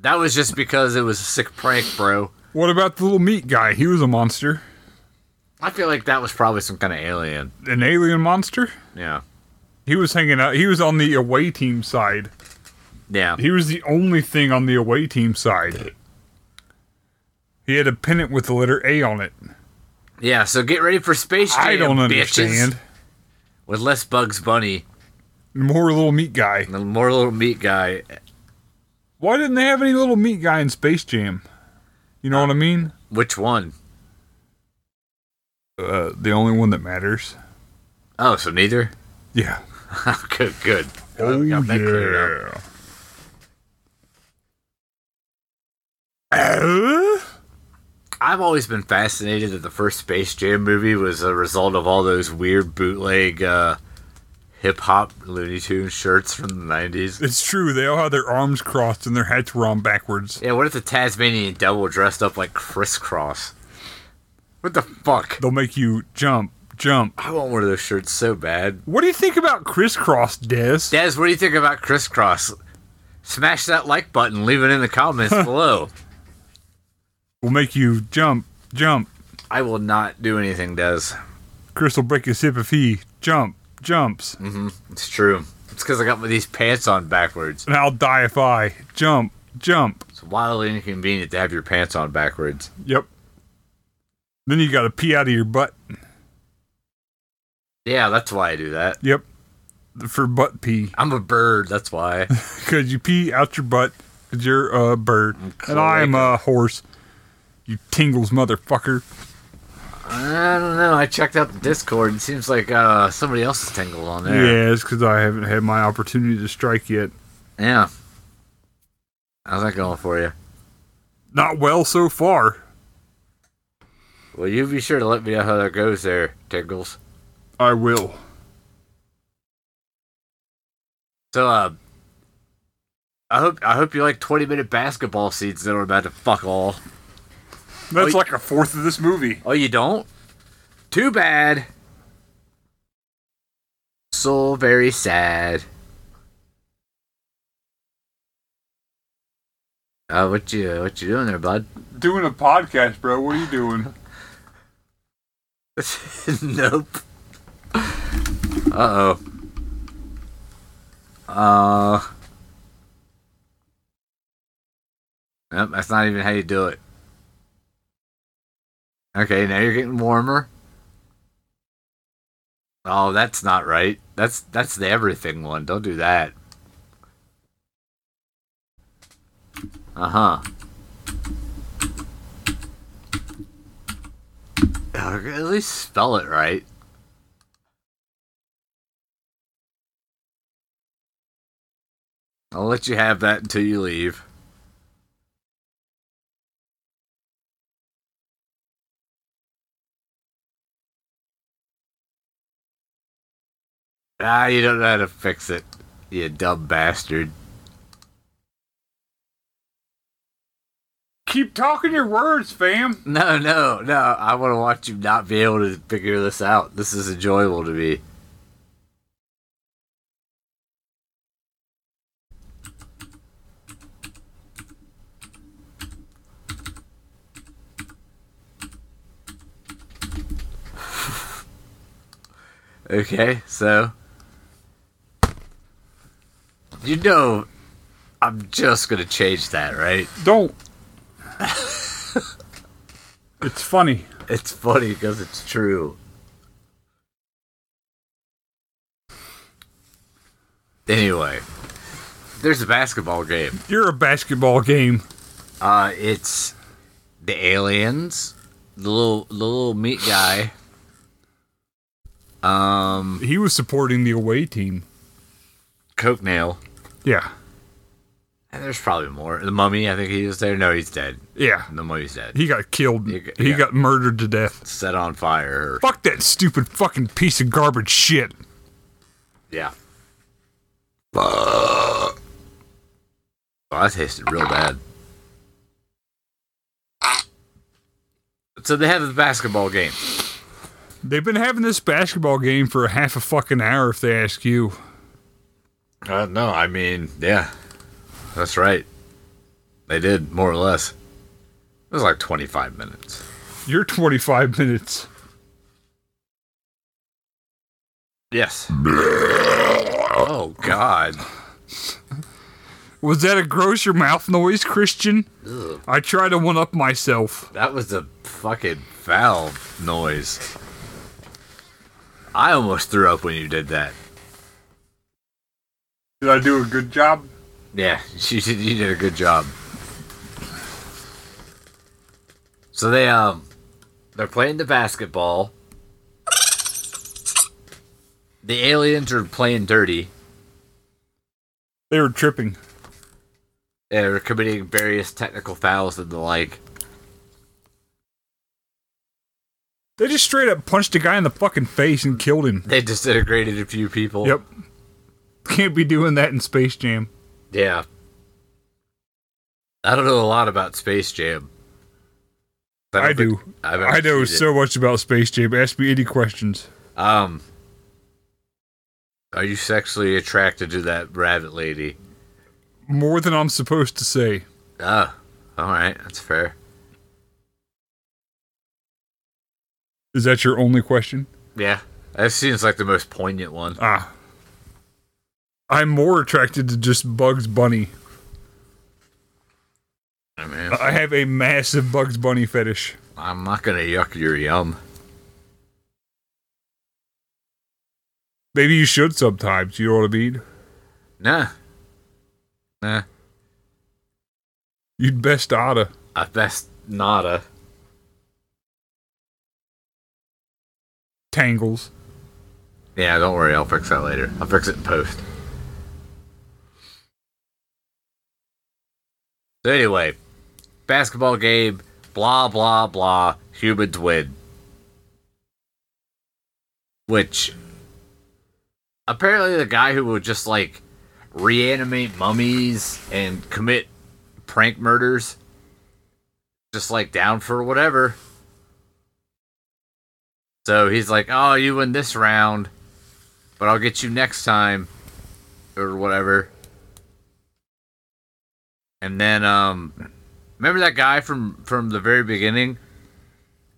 A: That was just because it was a sick prank, bro.
B: What about the little meat guy? He was a monster.
A: I feel like that was probably some kind of alien.
B: An alien monster?
A: Yeah.
B: He was hanging out. He was on the away team side.
A: Yeah.
B: He was the only thing on the away team side. He had a pennant with the letter A on it.
A: Yeah, so get ready for Space Jam,
B: I don't
A: bitches.
B: understand.
A: With less Bugs Bunny
B: More little meat guy.
A: and more little meat guy.
B: Why didn't they have any little meat guy in Space Jam? You know what I mean?
A: Which one?
B: Uh, the only one that matters.
A: Oh, so neither?
B: Yeah.
A: good, good.
B: Oh
A: Glad we got that cleared up.
B: yeah. Uh,
A: I've always been fascinated that the first Space Jam movie was a result of all those weird bootleg uh, hip hop Looney Tunes shirts from the 90s.
B: it's true. They all had their arms crossed and their hats were on backwards.
A: Yeah, what if the Tasmanian devil dressed up like crisscross? What the fuck?
B: They'll make you jump, jump.
A: I want one of those shirts so bad.
B: What do you think about crisscross, Des?
A: Des, what do you think about crisscross? Smash that like button. Leave it in the comments below.
B: will make you jump, jump.
A: I will not do anything, Des.
B: Chris will break his hip if he jump, jumps.
A: It's true. It's because I got these pants on backwards.
B: And I'll die if I jump, jump.
A: It's wildly inconvenient to have your pants on backwards.
B: Yep. Then you gotta pee out of your butt.
A: Yeah, that's why I do that.
B: Yep. For butt pee.
A: I'm a bird. That's why.
B: Because you pee out your butt because you're a bird. And I'm a horse. You tingles, motherfucker.
A: I don't know. I checked out the Discord. It seems like uh, somebody else is tangled on
B: Yeah,
A: there.
B: it's because I haven't had my opportunity to strike yet.
A: Yeah. How's that going for you?
B: Not well so far.
A: Well, you be sure to let me know how that goes there, Tinkles.
B: I will.
A: So, uh, I hope I hope you like 20 minute basketball seats that are about to fuck all.
D: That's
A: Oh,
D: like a fourth of this movie.
A: Oh, you don't? Too bad. So very sad. Uh, what you what you doing there, bud?
D: Doing a podcast, bro. What are you doing?
A: nope. Uh oh. Uh. Nope, that's not even how you do it. Okay, now you're getting warmer. Oh, that's not right. That's that's the everything one. Don't do that. Uh huh. Uh, At least spell it right. I'll let you have that until you leave. Ah, you don't know how to fix it, you dumb bastard.
D: Keep talking your words, fam.
A: No, no, no. I want to watch you not be able to figure this out. This is enjoyable to me. okay, so. You know, I'm just going to change that, right?
B: Don't. it's funny.
A: It's funny because it's true. Anyway, there's a basketball game.
B: You're a basketball game.
A: Uh, it's the aliens, the little the little meat guy. Um,
B: He was supporting the away team.
A: Coke Nail,
B: Yeah.
A: and there's probably more. The Mummy, I think he was there. No, he's dead.
B: Yeah.
A: The Mummy's dead.
B: He got killed.
A: He
B: He,
A: got-
B: got,
A: yeah.
B: murdered to death.
A: Set on fire. Or,
B: Fuck that stupid fucking piece of garbage shit.
A: yeah. Oh, that tasted real bad. So they have a basketball game.
B: They've been having this basketball game for a half a fucking hour if they ask you.
A: Uh, no, I mean, yeah, that's right. They did more or less. It was like 25 minutes.
B: You're 25 minutes.
A: Yes. oh God.
B: Was that a gross your mouth noise, Christian? I try to one up myself.
A: That was a fucking valve noise. I almost threw up when you did that.
D: Did I do a good job?
A: Yeah, you did, you did a good job. So they um, they're playing the basketball. The aliens are playing dirty.
B: They were tripping.
A: They're committing various technical fouls and the like.
B: They just straight up punched a guy in the fucking face and killed him.
A: They disintegrated a few people.
B: Yep. Can't be doing that in Space Jam.
A: Yeah. I don't know a lot about Space Jam. I, don't
B: I
A: think
B: do.
A: I've ever
B: I know
A: seen it.
B: so much about Space Jam. Ask me any questions.
A: Um, are you sexually attracted to that rabbit lady?
B: More than I'm supposed to say.
A: Ah, all right, that's fair.
B: Is that your only question?
A: Yeah, that seems like the most poignant one.
B: Ah. I'm more attracted to just Bugs Bunny.
A: I mean,
B: I have a massive Bugs Bunny fetish.
A: I'm not gonna yuck your yum.
B: Maybe you should sometimes. You know what I mean?
A: Nah, nah,
B: You'd best oughta.
A: I best Uh, nada.
B: Tangles.
A: Yeah, don't worry, I'll fix that later. I'll fix it in post. So anyway, basketball game, blah blah blah, humans win. Which apparently the guy who would just like reanimate mummies and commit prank murders just like down for whatever. So he's like, "Oh, you win this round, but I'll get you next time, or whatever." And then, um, remember that guy from from the very beginning?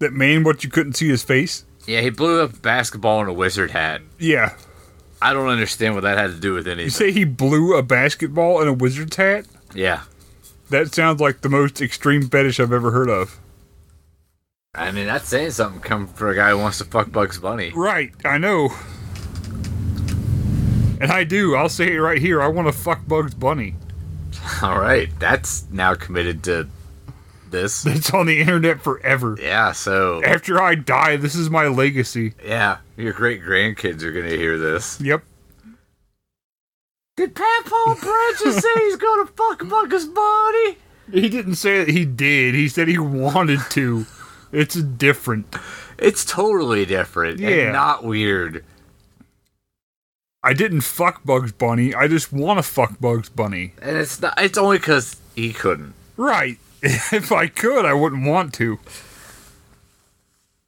B: That man, what you couldn't see his face?
A: Yeah, he blew up basketball in a wizard hat.
B: Yeah.
A: I don't understand what that had to do with
B: You
A: anything.
B: say he blew a basketball in a wizard's hat?
A: Yeah,
B: That sounds like the most extreme fetish I've ever heard of.
A: I mean that's saying something. Come for a guy who wants to fuck Bugs Bunny.
B: Right, I know. And I do. I'll say it right here. I want to fuck Bugs Bunny.
A: All right, that's now committed to this.
B: That's on the internet forever.
A: Yeah, so
B: After I die, this is my legacy.
A: yeah, your great grandkids are gonna hear this.
B: Yep.
A: Did Pat Paul Bridges say he's gonna fuck Buckus body?
B: He didn't say that he did. He said he wanted to. It's different.
A: It's totally different
B: Yeah.
A: and not weird.
B: I didn't fuck Bugs Bunny. I just want to fuck Bugs Bunny.
A: And it's not. It's only because he couldn't.
B: Right. If I could, I wouldn't want to.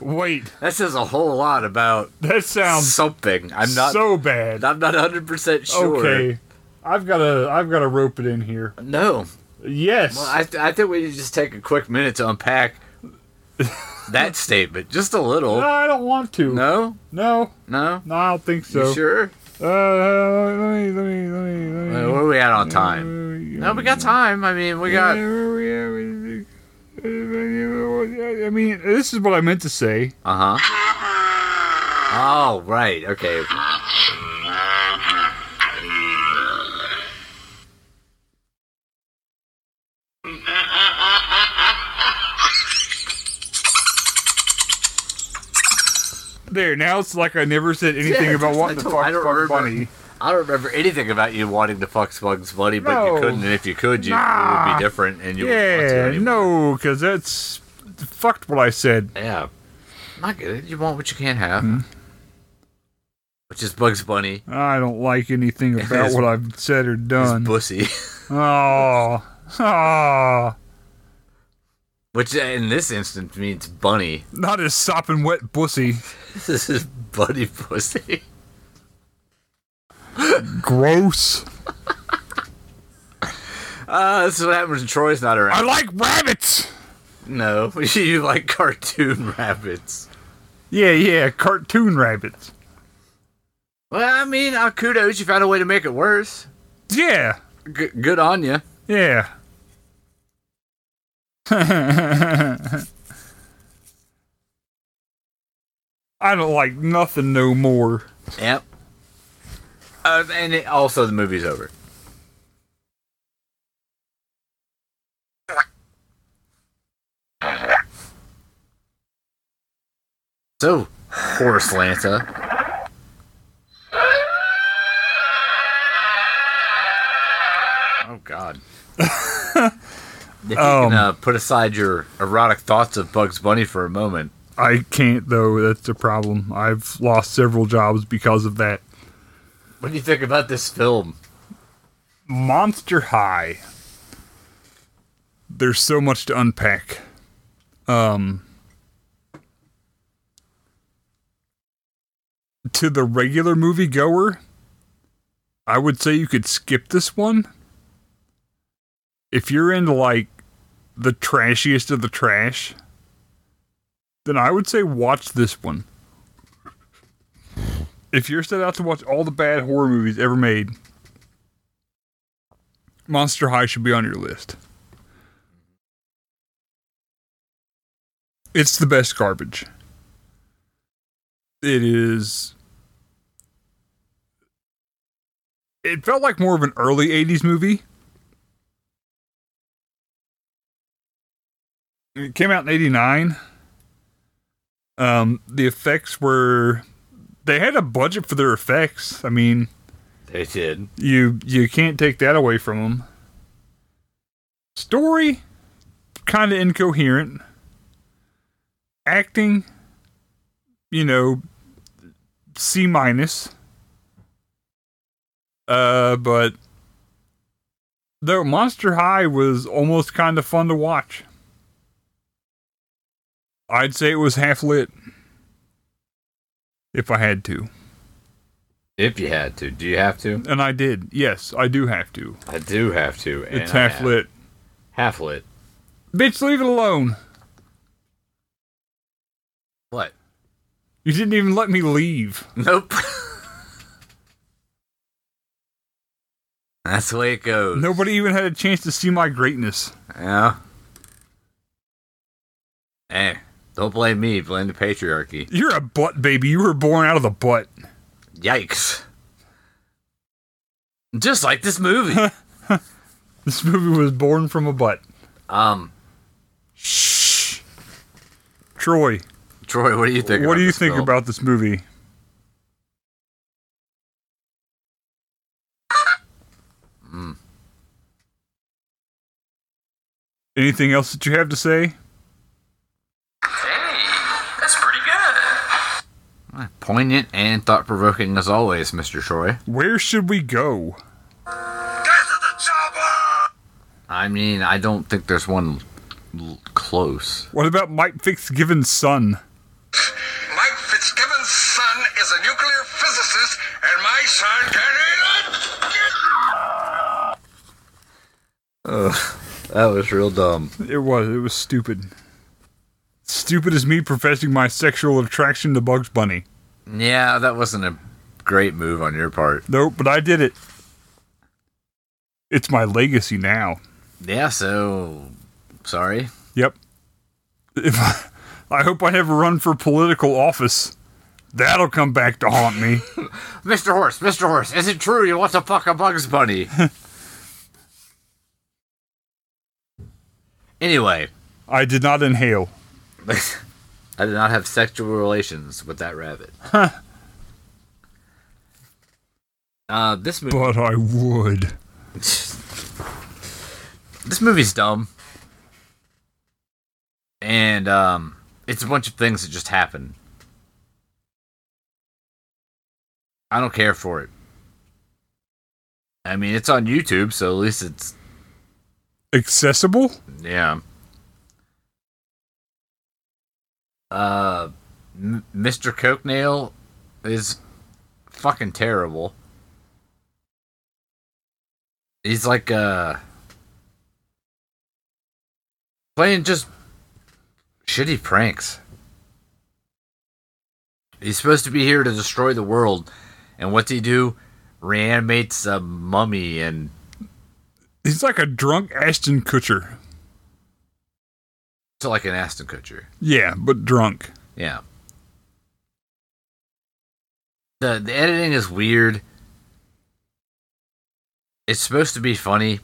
B: Wait,
A: That says a whole lot about
B: that sounds
A: something. I'm not.
B: Um, so bad.
A: I'm not 100 percent sure.
B: Okay. I've got to I've got to rope it in here.
A: No.
B: Yes.
A: Well, I, th- I think we need to just take a quick minute to unpack that statement just a
B: No,
A: little.
B: I don't want to. No,
A: No.
B: no,
A: No.
B: I don't think so.
A: you sure?
B: Uh, let me let me let me let me.
A: Uh, where are we at on time?
B: Uh,
A: No, we got time. I mean, we
B: yeah,
A: got.
B: where we at with the- I mean, this is what I meant to say.
A: Uh huh. Oh right. Okay.
B: There, now it's like I never said anything
A: Yeah,
B: about
A: just
B: wanting
A: I
B: to
A: don't- I
B: fuck
A: don't remember.
B: Bugs Bunny.
A: I don't remember anything about you wanting to fuck Bugs Bunny, but
B: No.
A: you couldn't, and if you could, you it would
B: Nah.
A: be different, and you wouldn't want to
B: Yeah,
A: anymore.
B: no, because that's fucked what I said.
A: yeah, not good. You want what you can't have,
B: Hmm.
A: which is Bugs Bunny,
B: I don't like anything about
A: His-
B: what I've said or
A: his
B: done.
A: pussy.
B: Oh, oh.
A: which uh, in this instance means bunny.
B: Not his sopping wet pussy.
A: This is bunny pussy.
B: Gross.
A: Uh, this is what happens when Troy's not around.
B: I like rabbits.
A: no, you like cartoon rabbits.
B: Yeah, yeah, cartoon rabbits.
A: Well, I mean, uh, kudos, you found a way to make it worse.
B: Yeah,
A: G- good on you.
B: yeah. I don't like nothing no more.
A: Yep. Uh, and it, also, the movie's over. So, Horace Lanta. Oh, God. if you
B: Um.
A: can uh, put aside your erotic thoughts of Bugs Bunny for a moment.
B: I can't though. That's the problem. I've lost several jobs because of that.
A: What do you think about this film?
B: Monster High. There's so much to unpack. Um, to the regular movie goer, I would say you could skip this one. If you're into like the trashiest of the trash, then I would say watch this one. If you're set out to watch all the bad horror movies ever made, Monster High should be on your list. It's the best garbage it is it felt like more of an early 80s movie it came out in 89 um the effects were they had a budget for their effects i mean
A: They did.
B: you you can't take that away from them story kind of incoherent acting you know c minus uh but though monster high was almost kind of fun to watch i'd say it was half lit if i had to
A: If you had to, do you have to?
B: and i did yes i do have to
A: I do have to. and
B: it's
A: I
B: half
A: have.
B: lit
A: Half lit.
B: Bitch, leave it alone.
A: What?
B: You didn't even let me leave.
A: Nope. That's the way it goes.
B: Nobody even had a chance to see my greatness.
A: Yeah. Hey, don't blame me. Blame the patriarchy.
B: You're a butt baby. You were born out of the butt.
A: Yikes. Just like this movie.
B: This movie was born from a butt.
A: um,
B: Troy,
A: Troy, what do you think?
B: what
A: about
B: do you
A: this
B: think
A: film?
B: about this movie? Anything else that you have to say?
C: Hey, that's pretty good.
A: Poignant and thought provoking as always, Mr. Troy.
B: Where should we go?
C: Death of the chopper!
A: I mean, I don't think there's one l- close.
B: What about Mike Fitzgibbon's son?
C: Mike Fitzgibbon's son is a nuclear physicist, and my son can
A: That was real dumb.
B: It was. It was stupid. Stupid as me professing my sexual attraction to Bugs Bunny.
A: Yeah, that wasn't a great move on your part.
B: Nope, but I did it. It's my legacy now.
A: Yeah, so sorry.
B: Yep. If I, I hope I never run for political office. That'll come back to haunt me.
A: Mr. Horse, Mr. Horse, is it true you want to fuck a Bugs Bunny? anyway,
B: I did not inhale.
A: I did not have sexual relations with that rabbit. Uh, this movie.
B: But I would.
A: this movie's dumb. And um it's a bunch of things that just happen. I don't care for it. I mean, it's on YouTube, so at least it's
B: Accessible?
A: yeah. Uh M- Mr. Cokenail is fucking terrible. He's like uh playing just shitty pranks. He's supposed to be here to destroy the world, and what's he do? Reanimates a mummy and
B: He's like a drunk Ashton Kutcher.
A: to like an Aston Kutcher.
B: Yeah, but drunk.
A: Yeah. The the editing is weird. It's supposed to be funny.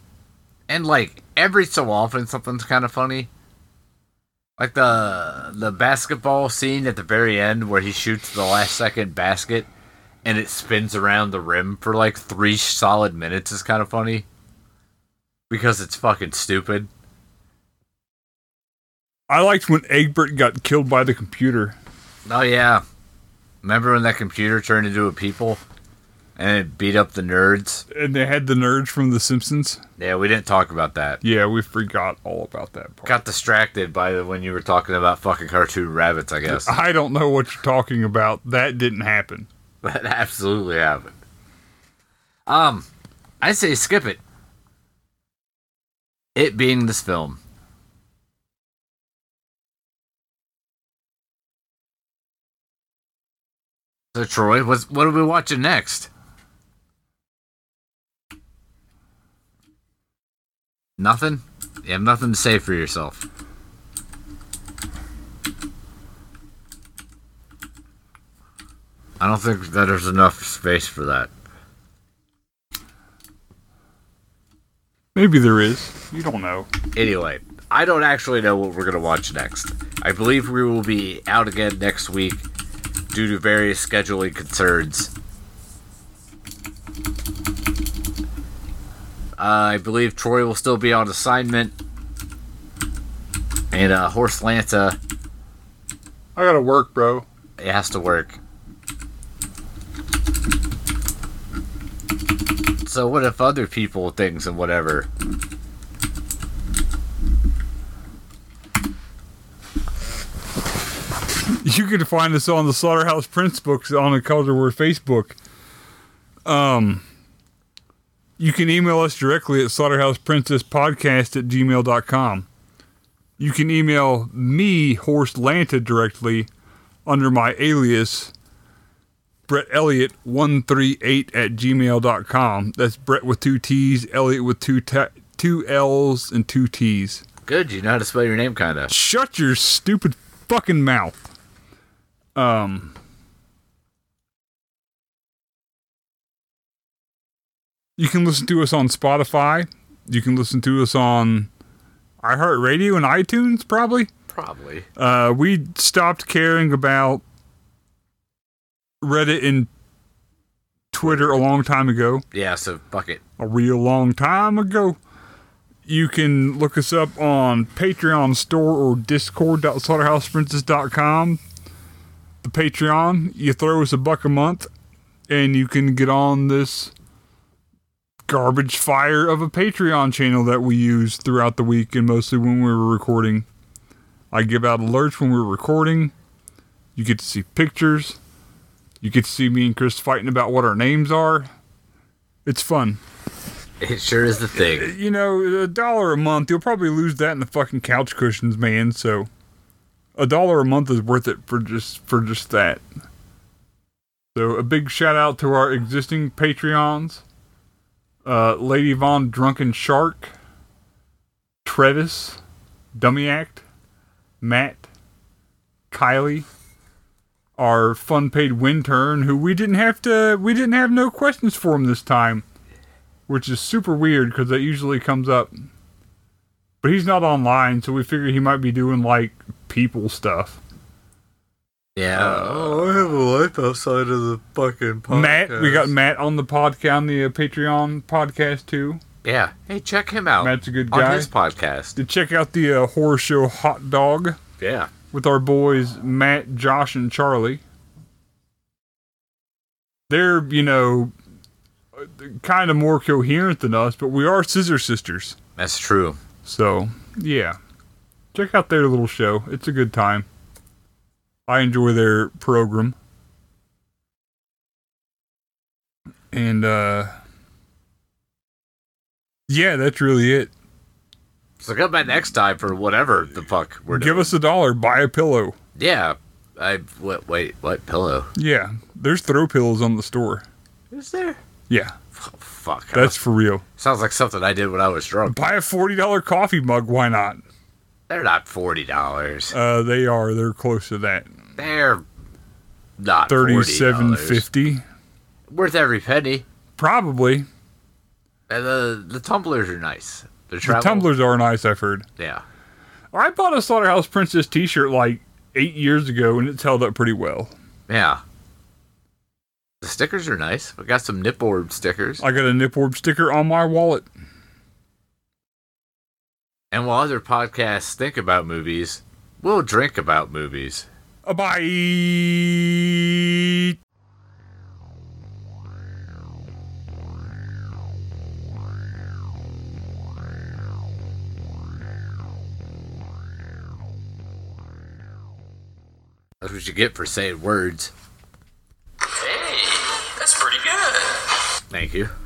A: And like every so often something's kind of funny. Like the the basketball scene at the very end where he shoots the last second basket and it spins around the rim for like 3 solid minutes is kind of funny. Because it's fucking stupid.
B: I liked when Egbert got killed by the computer.
A: Oh yeah. Remember when that computer turned into a people? and it beat up the nerds.
B: And they had the nerds from The Simpsons.
A: Yeah, we didn't talk about that.
B: Yeah, we forgot all about that part.
A: Got distracted by the, when you were talking about fucking cartoon rabbits. I guess
B: I don't know what you're talking about. That didn't happen.
A: that absolutely happened. Um, I say skip it. It being this film. So Troy, what's, what are we watching next? Nothing? You have nothing to say for yourself. I don't think that there's enough space for that.
B: Maybe there is. You don't know.
A: Anyway, I don't actually know what we're going to watch next. I believe we will be out again next week due to various scheduling concerns. Uh, I believe Troy will still be on assignment. And uh, Horse Lanta
B: I gotta work, bro.
A: it has to work. So what if other people, things, and whatever?
B: You can find us on the Slaughterhouse Prince books on the Color Word Facebook. Um, you can email us directly at slaughterhouseprincesspodcast at gmail.com. You can email me, Horse Lanta, directly under my alias, Brett Elliott138 at gmail.com. That's Brett with two T's, Elliott with two, ta- two L's, and two T's.
A: Good, you know how to spell your name, kind of.
B: Shut your stupid fucking mouth. Um. You can listen to us on Spotify. You can listen to us on iHeartRadio and iTunes, probably.
A: Probably.
B: Uh, we stopped caring about Reddit and Twitter a long time ago
A: Yeah, so fuck it.
B: a real long time ago. You can look us up on Patreon store or discord.slaughterhouseprincess.com. The Patreon, you throw us a buck a month and you can get on this garbage fire of a Patreon channel that we use throughout the week and mostly when we were recording. I give out alerts when we're recording. You get to see pictures. You get to see me and Chris fighting about what our names are. It's fun
A: It sure is the thing.
B: you know, a dollar a month, you'll probably lose that in the fucking couch cushions, man. So a dollar a month is worth it for just for just that. So a big shout out to our existing Patreons. Uh, Lady Von Drunken Shark, Trevis, Dummy Act, Matt, Kylie, our fun paid intern, who we didn't have to we didn't have no questions for him this time which is super weird because that usually comes up. But he's not online, so we figure he might be doing like people stuff.
A: Yeah.
E: Oh, I have a life outside of the fucking podcast.
B: Matt, we got Matt on the podcast, on the uh, Patreon podcast too.
A: yeah. Hey, check him out.
B: Matt's a good
A: on
B: guy.
A: his Oh. podcast.
B: To check out the uh, horror show Hot Dog
A: Yeah.
B: with our boys Matt, Josh, and Charlie. They're you know kind of more coherent than us, but we are scissor sisters.
A: That's true.
B: So, yeah. Check out their little show. It's a good time. I enjoy their program. And uh Yeah, that's really it.
A: So come back next time for whatever the fuck we're
B: Give
A: doing.
B: us a dollar, buy a pillow.
A: yeah. I what, wait, what pillow?
B: Yeah. There's throw pillows on the store.
A: Is there?
B: Yeah.
A: Oh, fuck. I
B: That's
A: was-
B: for real.
A: sounds like something I did when I was drunk.
B: Buy a forty dollar coffee mug, why not?
A: They're not forty dollars.
B: Uh they are, they're close to that.
A: They're not
B: Thirty
A: $47.50.
B: seven fifty.
A: Worth every penny.
B: Probably.
A: And the the tumblers are nice. The,
B: The
A: travel,
B: tumblers are nice, I've heard.
A: Yeah.
B: I bought a Slaughterhouse Princess T-shirt like eight years ago, and it's held up pretty well.
A: Yeah. The stickers are nice. We got some nip orb stickers.
B: I got a Nip Orb sticker on my wallet.
A: And while other podcasts think about movies, we'll drink about movies.
B: Uh, Bye.
A: That's what you get for saying words.
F: Hey, that's pretty good.
A: Thank you.